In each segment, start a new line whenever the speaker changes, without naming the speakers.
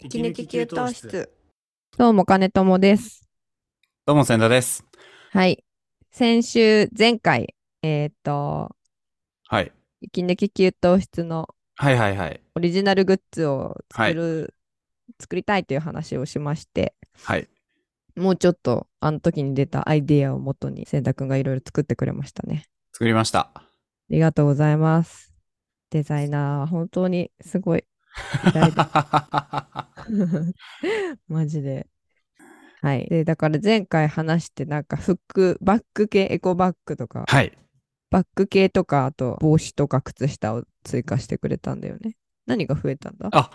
息抜き給湯室。
どうも、金友です。
どうも、千田です。
はい。先週、前回、えっ、と、
はい。
息抜き給湯室の
はいはいはい。
オリジナルグッズを
は
作
い
る、作りたいという話をしまして、
はい。
もうちょっと、あの時に出たアイディアをもとに、千田くんがいろいろ作ってくれましたね。
作りました。
ありがとうございます。デザイナーは本当にす ごい。偉大だマジで。はい。で、だから前回話して、なんかフック、バック系、エコバッグとか、
はい。
バック系とか、あと帽子とか靴下を追加してくれたんだよね。何が増えたんだ
あ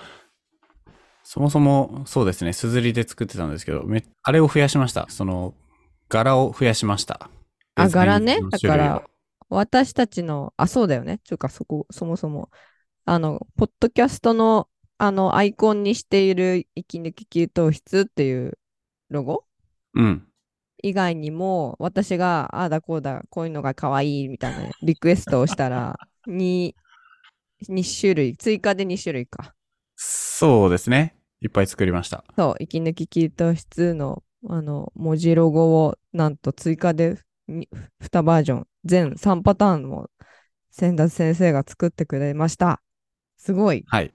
そもそも、そうですね、すずりで作ってたんですけど、めあれを増やしました。その、柄を増やしました。
あ
デザイン
柄ね
の種類を
だから。私たちの、あ、そうだよね。ちゅうか、そこ、そもそも、あの、ポッドキャストの、あの、アイコンにしている、息抜き給湯室っていうロゴ
うん。
以外にも、私が、ああだこうだ、こういうのが可愛いみたいなリクエストをしたら、に、2種類、追加で2種類か。
そうですね。いっぱい作りました。
そう、息抜き給湯室の、あの、文字ロゴを、なんと追加で2バージョン、全3パターンを、千田先生が作ってくれました。すごい。
はい。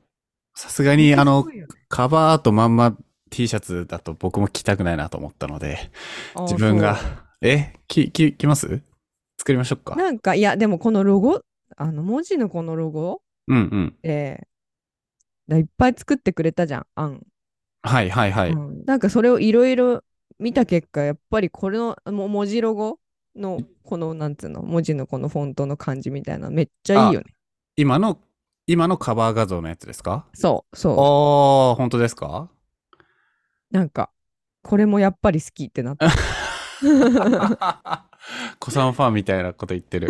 さすがに、あの
すご、いよね、
カバーアートまんま T シャツだと僕も着たくないなと思ったので、自分
あ
が
そう、
え、き、き、着ます作りましょうか。
なんか、いや、でもこのロゴ、あの、文字のこのロゴ、
うんうん。
えー、いっぱい作ってくれたじゃん、案。
はいはいはい。
うんなんかそれをいろいろ見た結果やっぱりこれのも文字ロゴのこのなんつうの文字のこのフォントの感じみたいなめっちゃいいよね。
今の、今のカバー画像のやつですか
そう
あ
そ
ー、本当です か
う。なんかこれもやっぱり好きってな った。
子さんファンみたいなこと言っ てる。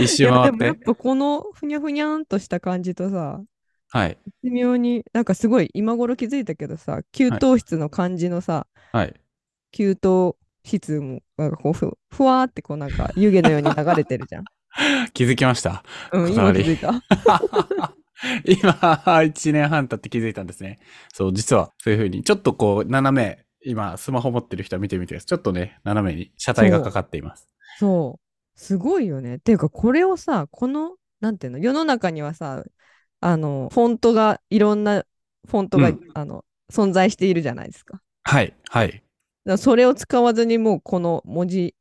一
い
周
や
回
で
っ。
もやってぱこのふにゃふにゃんとした感じとさ
はい。
微妙になんかすごい今頃気づいたけどさ給湯室の感じのさ、
はい。
給湯室もなんかこうふふわーってこうなんか湯気のように流れてるじゃん。
気づきました。
うん今気づいた。
今、1年半経って気づいたんですね。そう、実は、そういうふうに、ちょっとこう、斜め、今、スマホ持ってる人は見てみてください。ちょっとね、斜めに車体がかかっています。
そう。すごいよね。っていうか、これをさ、この、なんていうの、世の中にはさ、あの、フォントが、いろんなフォントが、
うん
あの、存在しているじゃないですか。だか
はい、はい。
らそれを使わずに、もうこの文字、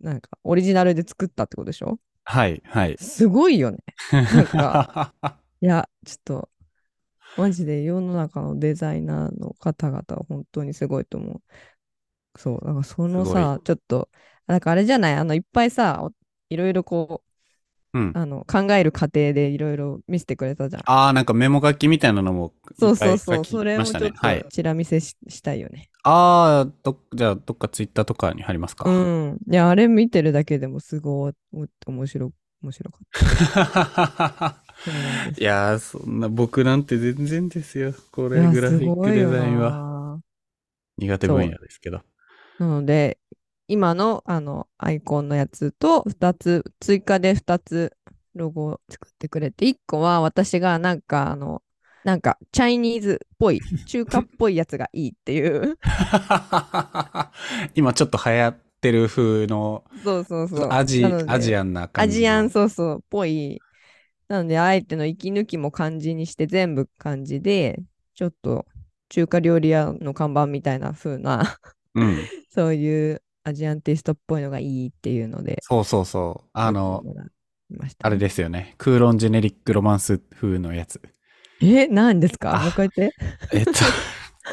なんか、オリジナルで作ったってことでしょ
はい、はい。
すごいよね。んか
はい
や、ちょっと、マジで世の中のデザイナーの方々は本当にすごいと思う。そう、なんかその
すごい
さ、ちょっと、なんかあれじゃないあの、いっぱいさ、おいろいろこう、
うん。
あの考える過程でいろいろ見せてくれたじゃん。
あー、なんかメモ書きみたいなのも、
そうそう
い
そ
っぱ
う、
い書
そ
き
れ
ま
も
し
ちょ
た
っ
ね。はい
と。ちら見せし,、たいよね。
あー、どじゃあ、どっかツイッターとかに貼りますか。
うん。いや、あれ見てるだけでもすごいお面白面白かった。そうなんです
いやー、そんな僕なんて全然ですよ。こ
い
れ
や
グラフィ
す
ッ
ご
ク
い
デ
よ
ザインは
な
苦手分野ですけど。
なので、今のあのアイコンのやつと2つ、追加で2つロゴを作ってくれて、1個は私がなんかあの、なんかチャイニーズっ ぽい、中華っぽいやつがいいっていう。
今ちょっと流行ってる風の
そうそうそう。
アジ
なので
アジアンな感
ア
じ。
ジアンそうそうっぽい。なので、あえての息抜きも漢字にして全部漢字で、ちょっと中華料理屋の看板みたいな風な、
うん。
そういうアジアンテイストっぽいのがいいっていうので、
そうそうそう。あの、
やってもらいました
あれですよね。クーロンジェネリックロマンス風のやつ。
え、何ですか
あ
もう一回 言って。
えっ と、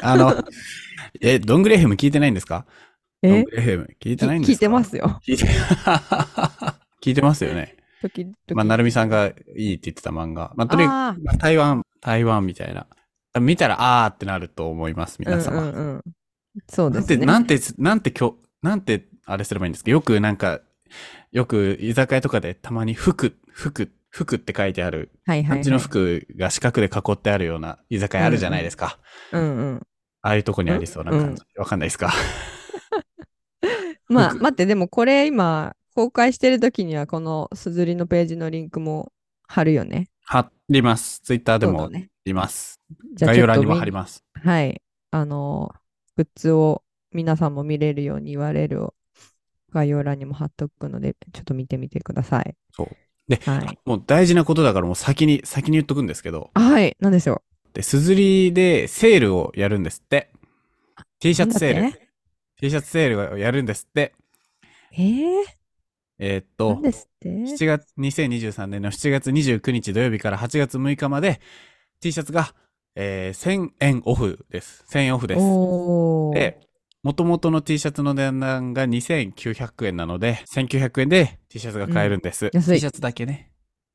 あの、え、ドングレフム聞いてないんですかドン
え
グレフム聞いてないんですか
き聞いてま。すよ。
聞いて、 聞いてますよね。
時々。
まあ、なるみさんがいいって言ってた漫画。まあ、とにか
あ
く、まあ台湾、台湾みたいな。見たら、あーってなると思います、皆様。
うんうんうん。そう
な
で
んて、
すね。
なんて、なんて、今日、なんて、あれすればいいんですかよく、なんか、よく、居酒屋とかでたまに服、服、服って書いてある、
はいはい、
漢字の。服が四角で囲ってあるような居酒屋あるじゃないですか。
うんうん。
ああいうとこにありそうな感じ。わかんないですか
まあ、
僕
待って、でもこれ今、公開してる時には、このすずりのページのリンクも貼るよね。
貼ります。ツイッターで
そう
も
だね
います。
じゃあ
概
ち
要
ょっ
欄
と
にも
みん
貼ります。
はい。あの、グッズを皆さんも見れるように URL を概要欄にも貼っとくので、ちょっと見てみてください。
そうで
はい。
もう大事なことだからもう先に、先に言っとくんですけど、
はい。なんでしょ
で、すずりでセールをやるんですって。T シャツセ
な
ー
んだ
ル。T シャツセールをやるんですって。
う。えー、
えーっ
なん
と、
ですって
7月、2023年の7月29日土曜日から8月6日まで T シャツが、えー1000円オフです。1000円オフです。
おー。
で、元々の T シャツの値段が2900円なので、1900円で T シャツが買えるんです。
安い
T シャツだけね。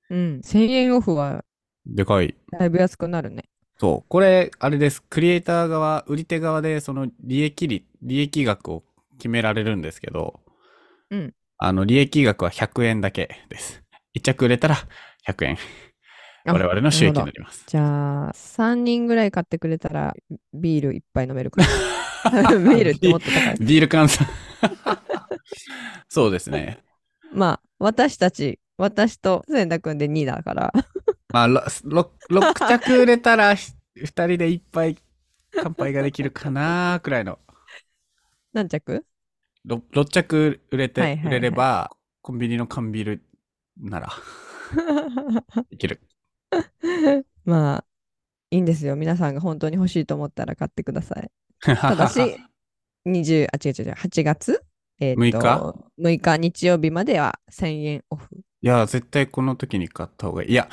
うん。1000円オフは
でかい。
だいぶ安くなるね。
そう。これ、あれです。クリエイター側、売り手側で、その利益率、利益額を決められるんですけど、
うん。
あの、利益額は100円だけです。1着売れたら100円。
あ
我々の収益に
な
な
るほど
ります。
じゃあ、3人ぐらい買ってくれたら、ビールいっぱい飲める から。ビールってもっと高い。
ビール換 算。そうですね。
まあ、私たち、私と千田君で2だから。
まあ、ろろ 6, 着売れたら、ひ2人で一杯乾杯ができるかなくらいの。
何着
ろ 6, 着売れて、
はいはいはい
売れれば、コンビニの缶ビールなら、いける。
まあ、いいんですよ。皆さんが本当に欲しいと思ったら買ってください。た
た
だ し、20、あ、違う違う違う、8月、えーと6日日曜日までは1000円オフ。
いや、絶対この時に買った方がいい。いや、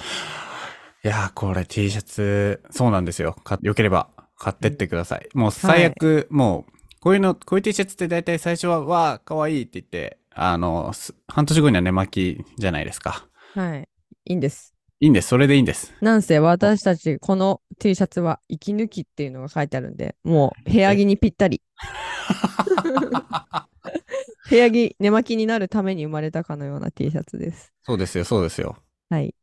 いや、これ T シャツ、そうなんですよ。かよければ買ってってください。もう最悪、もう、こういうの、こういう T シャツって大体最初は、わあ、かわいいって言って、あの、す半年後には寝巻きじゃないですか。
はい。いいんです。
いいんです。それでいいんです。
なんせ私たち、この T シャツは息抜きっていうのが書いてあるんで、もう部屋着にぴったり。部屋着、寝巻きになるために生まれたかのような T シャツです。
そうですよ、そうですよ。
はい。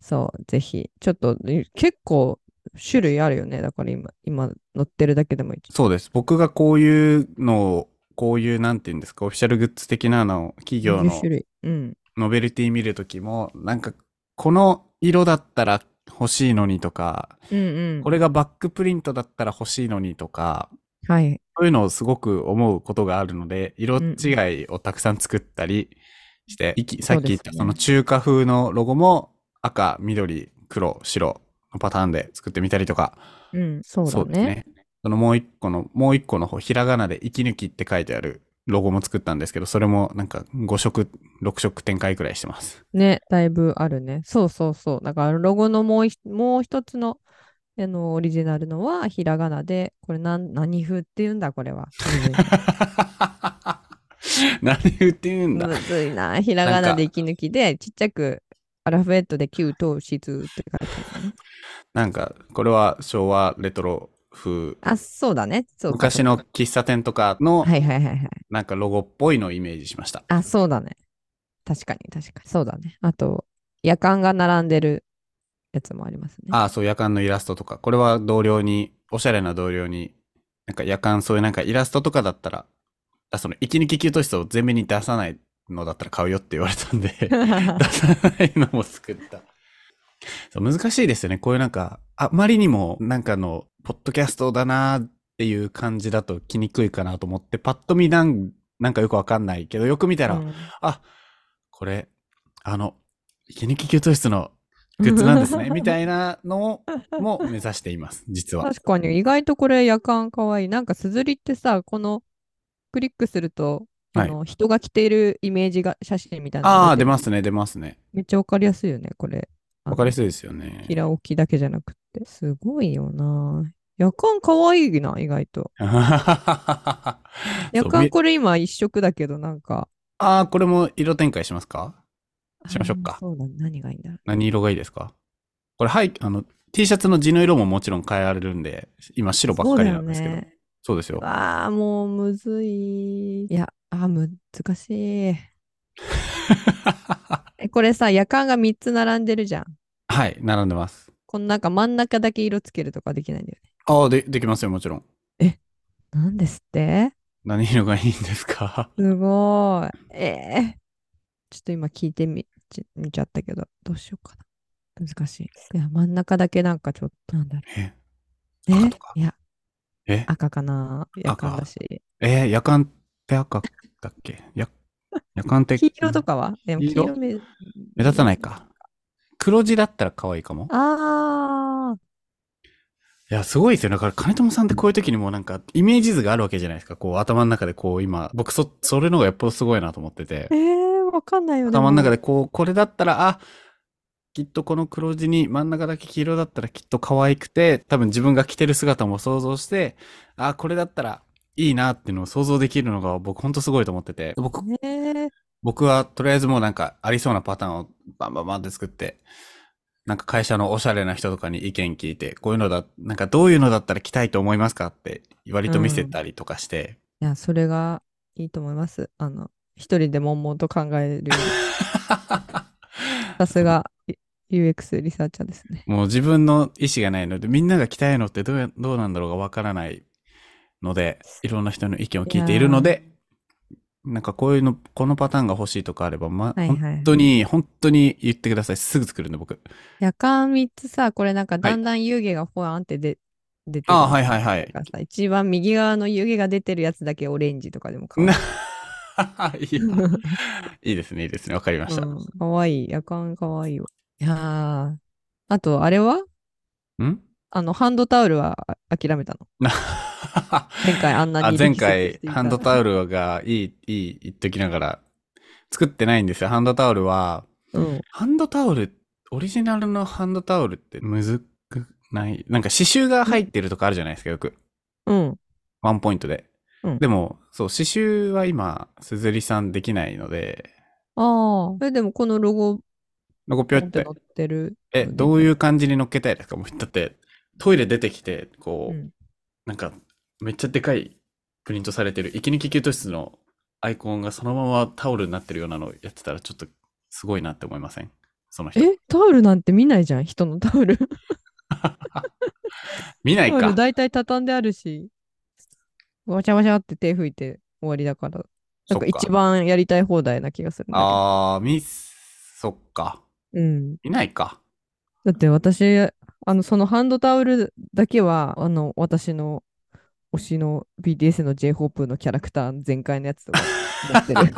そう、ぜひ。ちょっと、え結構種類あるよね。だから今、今乗ってるだけでもいい。
そうです。僕がこういうのを、こういう、なんていうんですか、オフィシャルグッズ的なのを、企業
20
の
種類。うん。
ノベルティ見るときも、なんか、この色だったら欲しいのにとか、
うん うん。
これがバックプリントだったら欲しいのにとか、
はい。
そういうのをすごく思うことがあるので、色違いをたくさん作ったりして、いきさっき言った
そうですね
その中華風のロゴも赤、緑、黒、白のパターンで作ってみたりとか、
うん、そうだ
です
ね。。
そのもう一個の、もう一個の方、ひらがなで息抜きって書いてあるロゴも作ったんですけど、それもなんか5色、6色展開くらいしてます。
ね、だいぶあるね。そうそうそう。だから、ロゴのもういもう一つの、あの、オリジナルのは、ひらがなで、これなん、何風って言うんだ、これ は。
何言って言うんだ。
むずいな。ひらがなで息抜きで、ちっちゃく、アルファベットで旧とシズって書いてあるね。
なんか、これは昭和レトロ風。
あ、そうだね。そうか
昔
そうか
の喫茶店とかの、
はいはいはいはい。
なんかロゴっぽいのをイメージしました。
あ、そうだね。確かに確かに。そうだね。あと、夜間が並んでるやつもありますね。
ああ、そう、夜間のイラストとか。これは同僚に、おしゃれな同僚に、なんか夜間そういうなんかイラストとかだったら、あその、息抜き給湯室を前面に出さないのだったら買うよって言われたんで、出さない のも作った。そう難しいですよね。こういうなんか、あまりにもなんかの、ポッドキャストだなーっていう感じだと来にくいかなと思って、パッと見なんなんかよくわかんないけど、よく見たら、
うん
あ、これ、あの、息抜き給湯室のグッズなん ですね、みたいなのも目指しています、実は。
確かに、意外とこれ夜間かわいい。なんか、すずりってさ、この、クリックすると、あ
はい
の、人が着ているイメージが、写真みたいなのが
ああ、出
てくる
ますね、出ますね。
めっちゃわかりやすいよね、これ。あの
わかりやすいですよね。
平置きだけじゃなくって。すごいよな。夜間かわいいな、意外と。
あ
夜間これ今一色だけど、なんか。
あー、これも色展開しますかしましょうか
あーそうだね、何がいいんだろう。
何色がいいですかこれ、はい、あの、T シャツの地の色ももちろん変えられるんで、今白ばっかりなんですけど。
そ
そうう,、
だよね
ですよ。
ああ、もうむずい。いや、あー難しい。え、これさ、夜間が3つ並んでるじゃん。
はい、並んでます。
この中真ん中だけ色つけるとかできないんだよね。
ああ、で、できますよ、もちろん。
なんですって
何色がいいんですか
すごい。ええちょっと今聞いてみ、ち見ちゃったけど、どうしようかな。難しい。いや、真ん中だけなんかちょっと、なんだろ
え
う。
赤
え
とか
いや、
え
赤かな夜間だし。
えー、夜間って赤だっけや夜間って
黄色とかはでも
黄
黄
色
色目目
目立たない。か。黒字だったら可愛いかも。
ああ、
いや、すごいですよ。だから、金友さんってこういう時にもうなんか、イメージ図があるわけじゃないですか。こう、頭の中でこう、今、僕、そ、それの方がよっぽどすごいなと思ってて
え。ー、わかんないよね。
頭の中
で
でこう、これだったら、あ、きっとこの黒字に真ん中だけ黄色だったらきっと可愛くて、多分自分が着てる姿も想像して、あ、これだったらいいなっていうのを想像できるのが僕ほんとすごいと思ってて。僕、
も。ね
僕はとりあえずもうなんかありそうなパターンをバンバンバンって作って、なんか会社のおしゃれな人とかに意見聞いて、こういうのだ、なんかどういうのだったら着たいと思いますかって割と見せたりとかして、
いや、それがいいと思います。あの、一人で悶々と考える より。さすが UX リサーチャーですね。
もう自分の意思がないので、みんなが着たいのってどうやどうなんだろうがわからないので、いろんな人の意見を聞いているので、なんかこういうの、このパターンが欲しいとかあれば、ま、
はいはい
本当に、本当に言ってください。すぐ作るんで、僕。
夜間3つさ、これなんかだんだん湯気がほわんってで出てる。
ああ、はいはいは
だ
い
か。らさ一番右側の湯気が出てるやつだけオレンジとかでも可愛い
ないやいいですね、いいですね。わかりました。
うんかわいい。夜間かわいいわ。いやーあと、あれは
ん
あの、ハンドタオルはあ諦めたの。
な
前回あんな
あ
に
前
力
回
説していた
ハンドタオルがいい、いい、言っときながら、作ってないんですよ。ハンドタオルは、
うん。
ハンドタオル、オリジナルのハンドタオルってむずくないなんか刺繍が入ってるとかあるじゃないですか、よく。
うん。
ワンポイントで。
うん
でも、そう、刺繍は今、鈴木さんできないので、
ああ。え、でもこのロゴ、
ロゴぴ
ポ
ょ
ン
いっ
って
て
乗、ってる。
え、どういう感じに乗っけたいですかもう、だって、トイレ出てきて、こう、
うん
なんか、めっちゃでかいプリントされてる、息抜き給湯室のアイコンがそのままタオルになってるようなのやってたら、ちょっと、すごいなって思いませんその人。
え、タオルなんて見ないじゃん、人のタオル。
見ない
タ オル
か。
大体畳んであるし、わちゃわちゃって手拭いて終わりだから、なん
そっ
か
か
一番やりたい放題な気がするんだけど。
あー、み、そっか。
うん。
いないか。
だって私、あの、そのハンドタオルだけは、あの、私の推しの BTS の J-Hope のキャラクター全開のやつとか持ってる。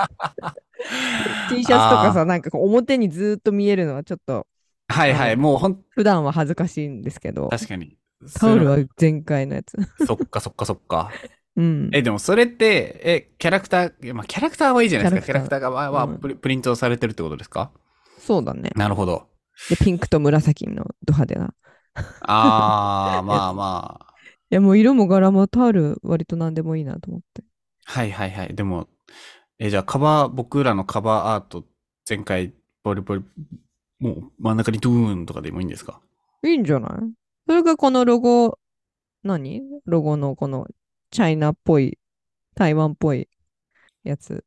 T シャツとか
あ
さ、なんかこう表にずーっと見えるのはちょっと、
ー。はいはい、もうほん、
普段は恥ずかしいんですけど、
確かに。
タオルは全開のやつ。
そっかそっかそっか。
うん。
え、でもそれって、え、キャラクター、いやまあ、キャラクターはいいじゃないですか。キ
キ
ャラ
ャラ
ク
ク
タ
タ
ーがわ
ー
わ
うん
プリプリントされてるってことですか
そうだね。
なるほど。
で、ピンクと紫のド派手な。い
あー、まあまあ。
や、もう色も柄もタオル割と何でもいいなと思って。
はいはいはい。でも、え、じゃあカバー、僕らのカバーアート、前回、ボリボリ、もう真ん中にドゥーンとかでもいいんですか
いいんじゃないそれがこのロゴ、何ロゴのこのチャイナっぽい、台湾っぽいやつ。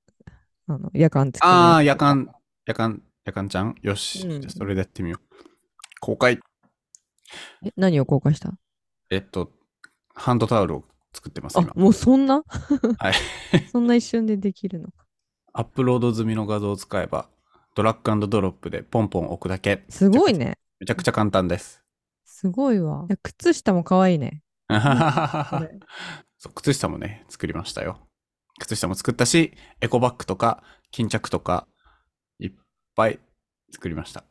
あの、夜間付きのやつ
あー、夜間、夜間、夜間ちゃんよし。
うん
じゃあそれでやってみよう。公開。
え何を公開した
えっと、ハンドタオルを作ってます、
あ
今、。
もうそんな
はい。
そんな一瞬でできるのか。
アップロード済みの画像を使えば、ドラッグドロップでポンポン置くだけ。
すごいね。
めちゃくちゃ簡単です。
すごいわ。いや靴下も可愛いね。これ
そう靴下もね、作りましたよ。靴下も作ったし、エコバッグとか、巾着とか、いっぱい作りました。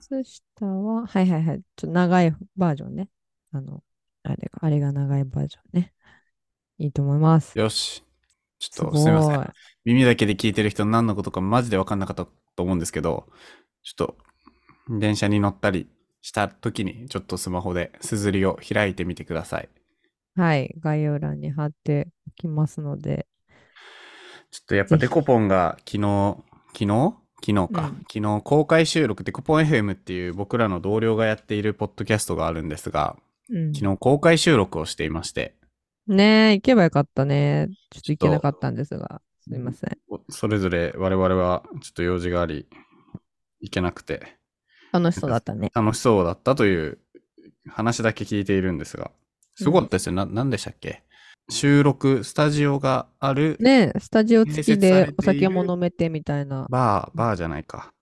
靴下は、はいはいはい。ちょっと長いバージョンね。あの、あれが、あれが長いバージョンね。いいと思います。
よし。ち
す
ょっ
ご
とすみませ
い
ん。。耳だけで聞いてる人何のことかマジで分かんなかったと思うんですけど、ちょっと電車に乗ったりした時に、ちょっとスマホで硯を開いてみてください。
はい。概要欄に貼っておきますので。
ちょっとやっぱ
ぜ
デ
ひ
コポンが昨日、昨日昨日か、
うん
昨日公開収録、デコポン FM っていう僕らの同僚がやっているポッドキャストがあるんですが、
うん、
昨日公開収録をしていまして、
ねえ、行けばよかったね。ちょっ
ち
と
ょっと
行けなかったんですが、すいません。
おそれぞれ我々はちょっと用事があり、行けなくて、
楽しそうだったね。
楽しそうだったという話だけ聞いているんですが、すごかったですよ。な、なんでしたっけ収録、スタジオがある
ねえ、スタジオ付き
併設され
で
ている
お酒も飲めてみたいな。
バー、バーじゃないか。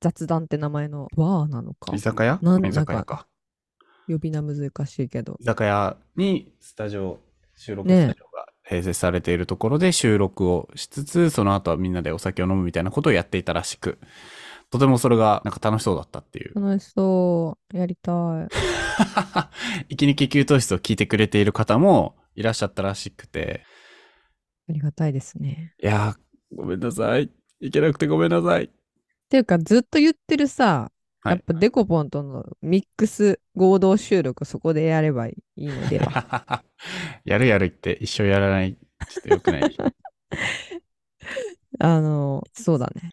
雑談って名前のバーなのか
居。酒屋
なん
居酒屋か。
呼び名難しいけど。
居酒屋にスタジオ、収録スタジオが併設されているところで収録をしつつ、その後はみんなでお酒を飲むみたいなことをやっていたらしく、とてもそれがなんか楽しそうだったって いう。
楽しそう。やりたい。
息抜き給湯室を聞いてくれている方もいらっしゃったらしくて、
ありがたいですね。
いやー、ごめんなさい。行けなくてごめんなさい。
っていうか、ずっと言ってるさ、
はい
やっぱデコポンとのミックス合同収録、そこでやればいいのでは。
やるやる言って一生やらない。ちょっと良くない。
あの、そうだね。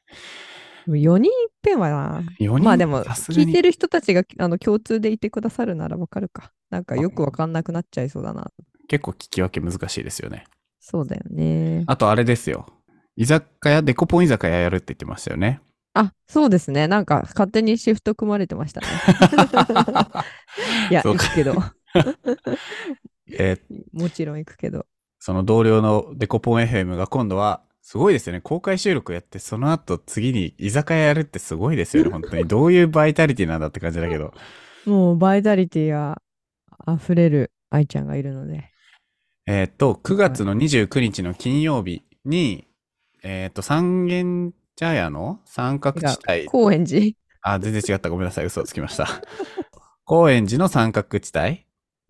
4人いっぺんはな。
4人
まあでも、
さすが
聞
に
いてる人たちがあの共通でいてくださるならわかるか。なんかよくわかんなくなっちゃいそうだな。
結構聞き分け難しいですよね。
そうだよね。
あとあれですよ。居酒屋、デコポン居酒屋やるって言ってましたよ ね。
あ、そうですね。なんか勝手にシフト組まれてま したね。いや、
そ
行
うか
くけど。
えー
もちろん行くけど。
その同僚のデコポン FM が今度は、すごいですよね。公開収録やって、その後次に居酒屋やるってすごいですよね。本当に。どういうバイタリティなんだって感じだけど。
もうバイタリティが溢れる愛ちゃんがいるので。
えーっと、9月の29日の金曜日に、えーっと、三軒茶屋の三角地帯。
高円寺
あ、全然違った。ごめんなさい。嘘をつきました。高円寺の三角地帯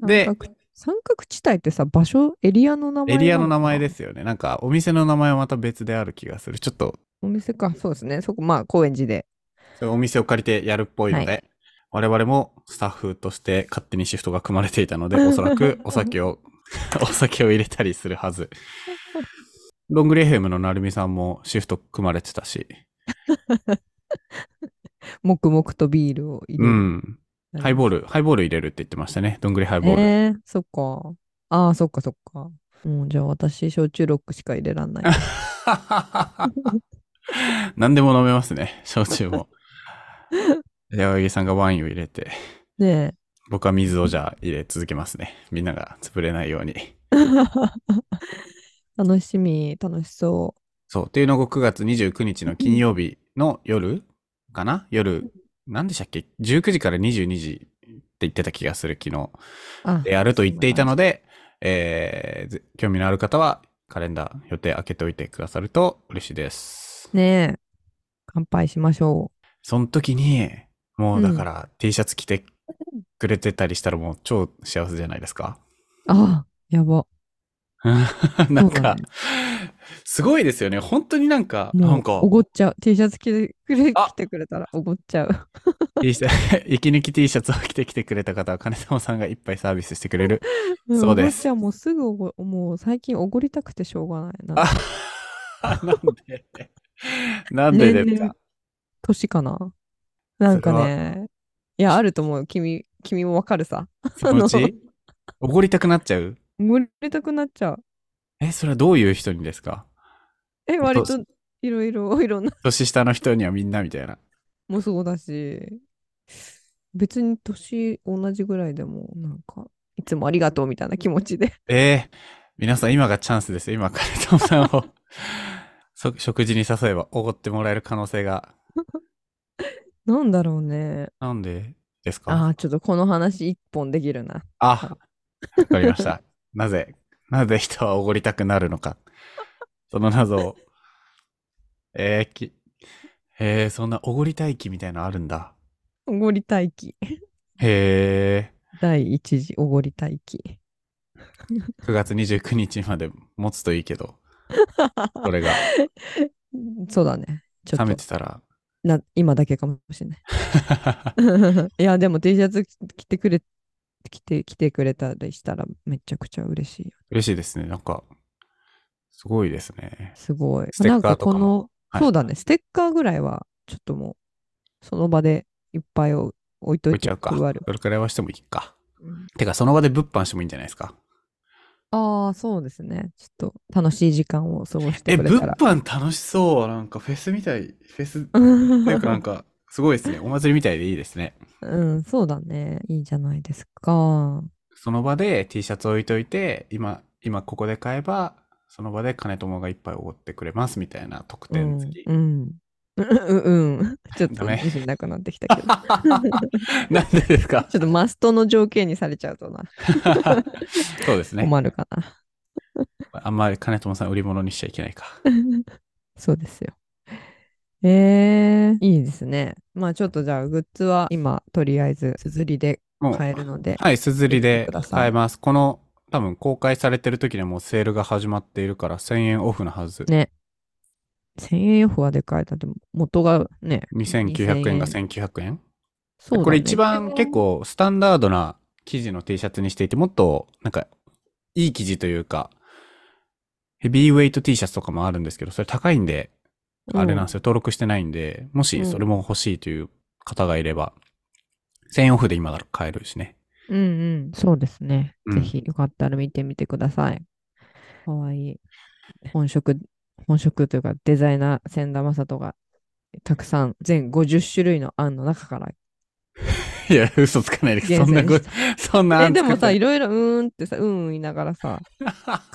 で
三角三角地帯ってさ、場所、エリアの名前。
エリアの名前ですすよね。なんか、お店の名前はまた別である気がする。ちょっと、
お店か。そうですね。そこ、まあ、高円寺で。
そういうお店を借りてやるっぽいので、
は
我々もスタッフとして勝手にシフトが組まれていたので、おそらくお酒を、 お酒を入れたりするはず。ロングレーフェムのなるみさんもシフト組まれてたし、
黙々とビールを入れ
う
る。
ん。ハイボール、ハイボール入れるって言ってましたね。どんぐりハイボール。
えー、そっか。ああ、そっかそっか。うん、じゃあ私、焼酎ロックしか入れら んない。
何でも飲めますね、焼酎 も。矢木さんがワインを入れて、
ね
僕は水をじゃあ入れ続けますね。みんなが潰れないように。
え。楽しみ、楽しそ
そう。っていうのを9月29日の金曜日の夜かな夜、何でしたっけ ?19 時から22時って言ってた気がする、昨日。
う。あ
でやると言っていたので、えーぜ興味のある方はカレンダー予定開けておいてくださると嬉しいです。
ねえ。乾杯しましょ
その時に、もうだから T シャツ着てくれてたりしたらもう超幸せじゃないですか。
う。ああ、やば。
なん
そうだ
か
ね、
すごいですよね。本当になんか、な
も
ん
う、
か、
おごっちゃう。T シャツ着てくれ
あ
来てくれたらおごっちゃう。
T シャ 息抜き T シャツを着てきてくれた方は金友さんがいっぱいサービスしてくれる。
ん
そうです
おごっちゃう。もうすぐおご、もう最近おごりたくてしょうがないな。
あなんでなんでです
年
か
々年かななんかね。いや、あると思う。君、君もわかるさ。
そのうちおごりたくなっちゃう
盛りたくなっちゃう。
え、それはどういう人にですか
え、
お
割
父さ
と
ん
いろいろ、 いろんな
年下の人にはみんなみたいな。
もそうだし、別に年同じぐらいでも、なんか、いつもありがとうみたいな気持ちで。
えー、皆さん今がチャンスですよ。今、金友さんを そ食事に誘えばおごってもらえる可能性が。
なんだろうね。
なんでです
あ
か
あ、ちょっとこの話一本できるな。
あ、わかりました。なぜ、なぜ人はおごりたくなるのか。その謎を。えー、き、えー、そんなおごり待機みたいなのあるんだ。
おごり待機。
へ
第一次おごり待機。
え、9月29日まで持つといいけど、これが
そうだね。ちょ
冷
っ
め
と
てたら。
な、今だけかもしれない。いや、でも T シャツ着てくれ、着て、着てくれたりしたらめちゃくちゃ嬉しいよ。
嬉しいですね。なんか、すごいですね。
すごい。
ステッカー
なんか
とかも
この、
はい
そうだね、ステッカーぐらいは、ちょっともう、その場でいっぱいを置いと
置
い
いち
て
ゃうか。
配る。
それくらいはしてもいいか。
うん
てか、その場で物販してもいいんじゃないですか。
ああ、そうですね。ちょっと楽しい時間を過ごして
え、
くれ
物
たら。
販楽しそう。なんかフェスみたい。フェス、っていうかなんか、すごいですね。お祭りみたいでいいですね。
うん、そうだね。いいじゃないですか。
その場で T シャツ置いといて、今、今ここで買えば、その場で金友がいっぱいおごってくれますみたいな特
う
典
ん
付き。
うん。うんうんうん。ちょっ
ダ
と
メ
自信なくなってきたけど。
なんでですか
ちょっとマストの条件にされちゃうとな、
そうですね。
困るかな。
あんまり金友さん売り物にしちゃいけない か。
そうですよ。えー、いいですね。まあちょっとじゃあグッズは今とりあえずすずりで
もう
買えるので。
はい、すずり
見て
で
ください
買えます。この、多分公開されてる時にはもうセールが始まっているから1000円オフのはず。
ね。1000円オフはでかい。だって元がね。
2900円が1900円。
そうだね
これ一番結構スタンダードな生地の T シャツにしていて、もっとなんかいい生地というか、ヘビーウェイト T シャツとかもあるんですけど、それ高いんで、あれなんですよ、登録してないんで、もしそれも欲しいという方がいれば、1000円オフで今なら買えるしね。
うんうん、そうですね。
うん
ぜひよかったら見てみてください。かわいい。本職、本職というかデザイナー、千田正人がたくさん全50種類の案の中から
いや、嘘つかないです。
厳
そんな
選
こ
し
と、そんな
え、
案
でも
作った
さ、いろいろうーんってさ、うんうん言いなが らさ、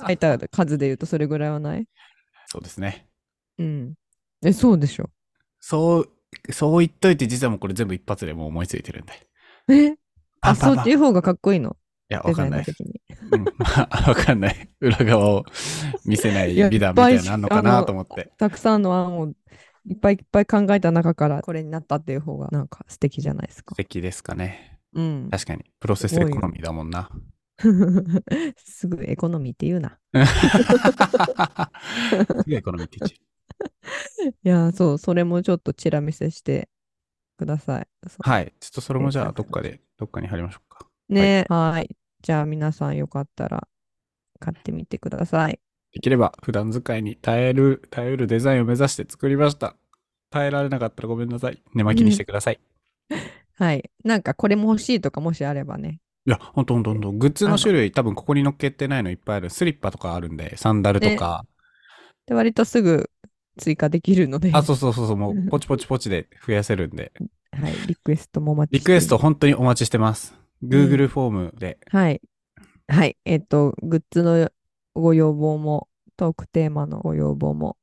書いた数で言うとそれぐらいはない
そうですね。
うん。え、そうでしょ。
そう、そう言っといて、実はもうこれ全部一発でもう思いついてるんで。
え
パ
あ、
ンパ
そ
ン
う
パン
っていう方がかっこいいの
いや、わ
デ
か
ザ
ん
イナ
な
ー
いです。
的に。
うんまあ、わかん ない。裏側を見せない美談みたいなのあんのかなと思って。
たくさんの案をいっぱいいっぱい考えた中からこれになったっていう方がなんか素敵じゃないですか
素。敵ですかね。
うん。
確かに。プロセスエコノミーだもんな。
すぐエコノミーって言うな。
すげえエコノミーって言っちゃ
いやー、そう、それもちょっとチラ見せしてください。そう
うはい。ちょっとそれもじゃあ、どっかで、どっかに貼りましょうか。
ねはーい。じゃあ皆さんよかったら買ってみてください。
できれば、普段使いに耐える、耐えうるデザインを目指して作りました。耐えられなかったらごめんなさい。寝巻きにしてください。
はい。なんかこれも欲しいとかもしあればね。
いや、ほんとほんとほんと。グッズの種類、多分ここに載っけてないのいっぱいある。スリッパとかあるんで、サンダルとか。
で、割とすぐ追加できるので、
あ、そうそうそうそう、もう、ポチポチポチで増やせるんで。
はい。リクエストもお待ち
リ
して
ク
い
エ
ます
スト本当にお待ちしてます。Google フォームで。
はい。はい。えっ、と、グッズのご要望も、トークテーマのご要望も、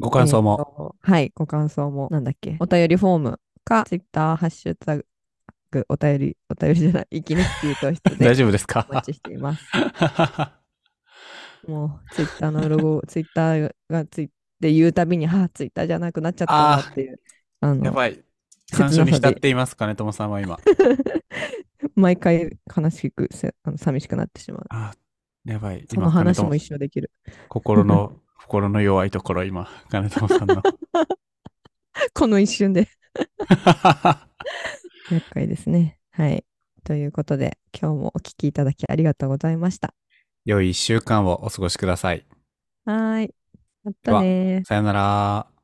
ご感想も。
えーとはい、ご感想も、なんだっけ、お便りフォームか、ツイッター、ハッシュタグ、お便り、お便りじゃない、いきなりツイート室
大
で
丈夫ですか
お待ちしています。
は
もう、ツイッターのロゴ、 ツイッターがついて言うたびに、はあ、ツイッターじゃなくなっちゃったなっていう、あ
や
の、
ばい。
切な
感傷
さで
に浸っています、金友さんは 今。
毎回悲しくせあの、寂しくなってしまう。
あーやばい。
その話も
金
一
友
緒できる。
心の、心の弱いところ、今、金友さん の。
この一瞬で。 厄介ですね。はい。ということで、今日もお聞きいただきありがとうございました。
良い一週間をお過ごしください。
はーい。またねー。
さよなら。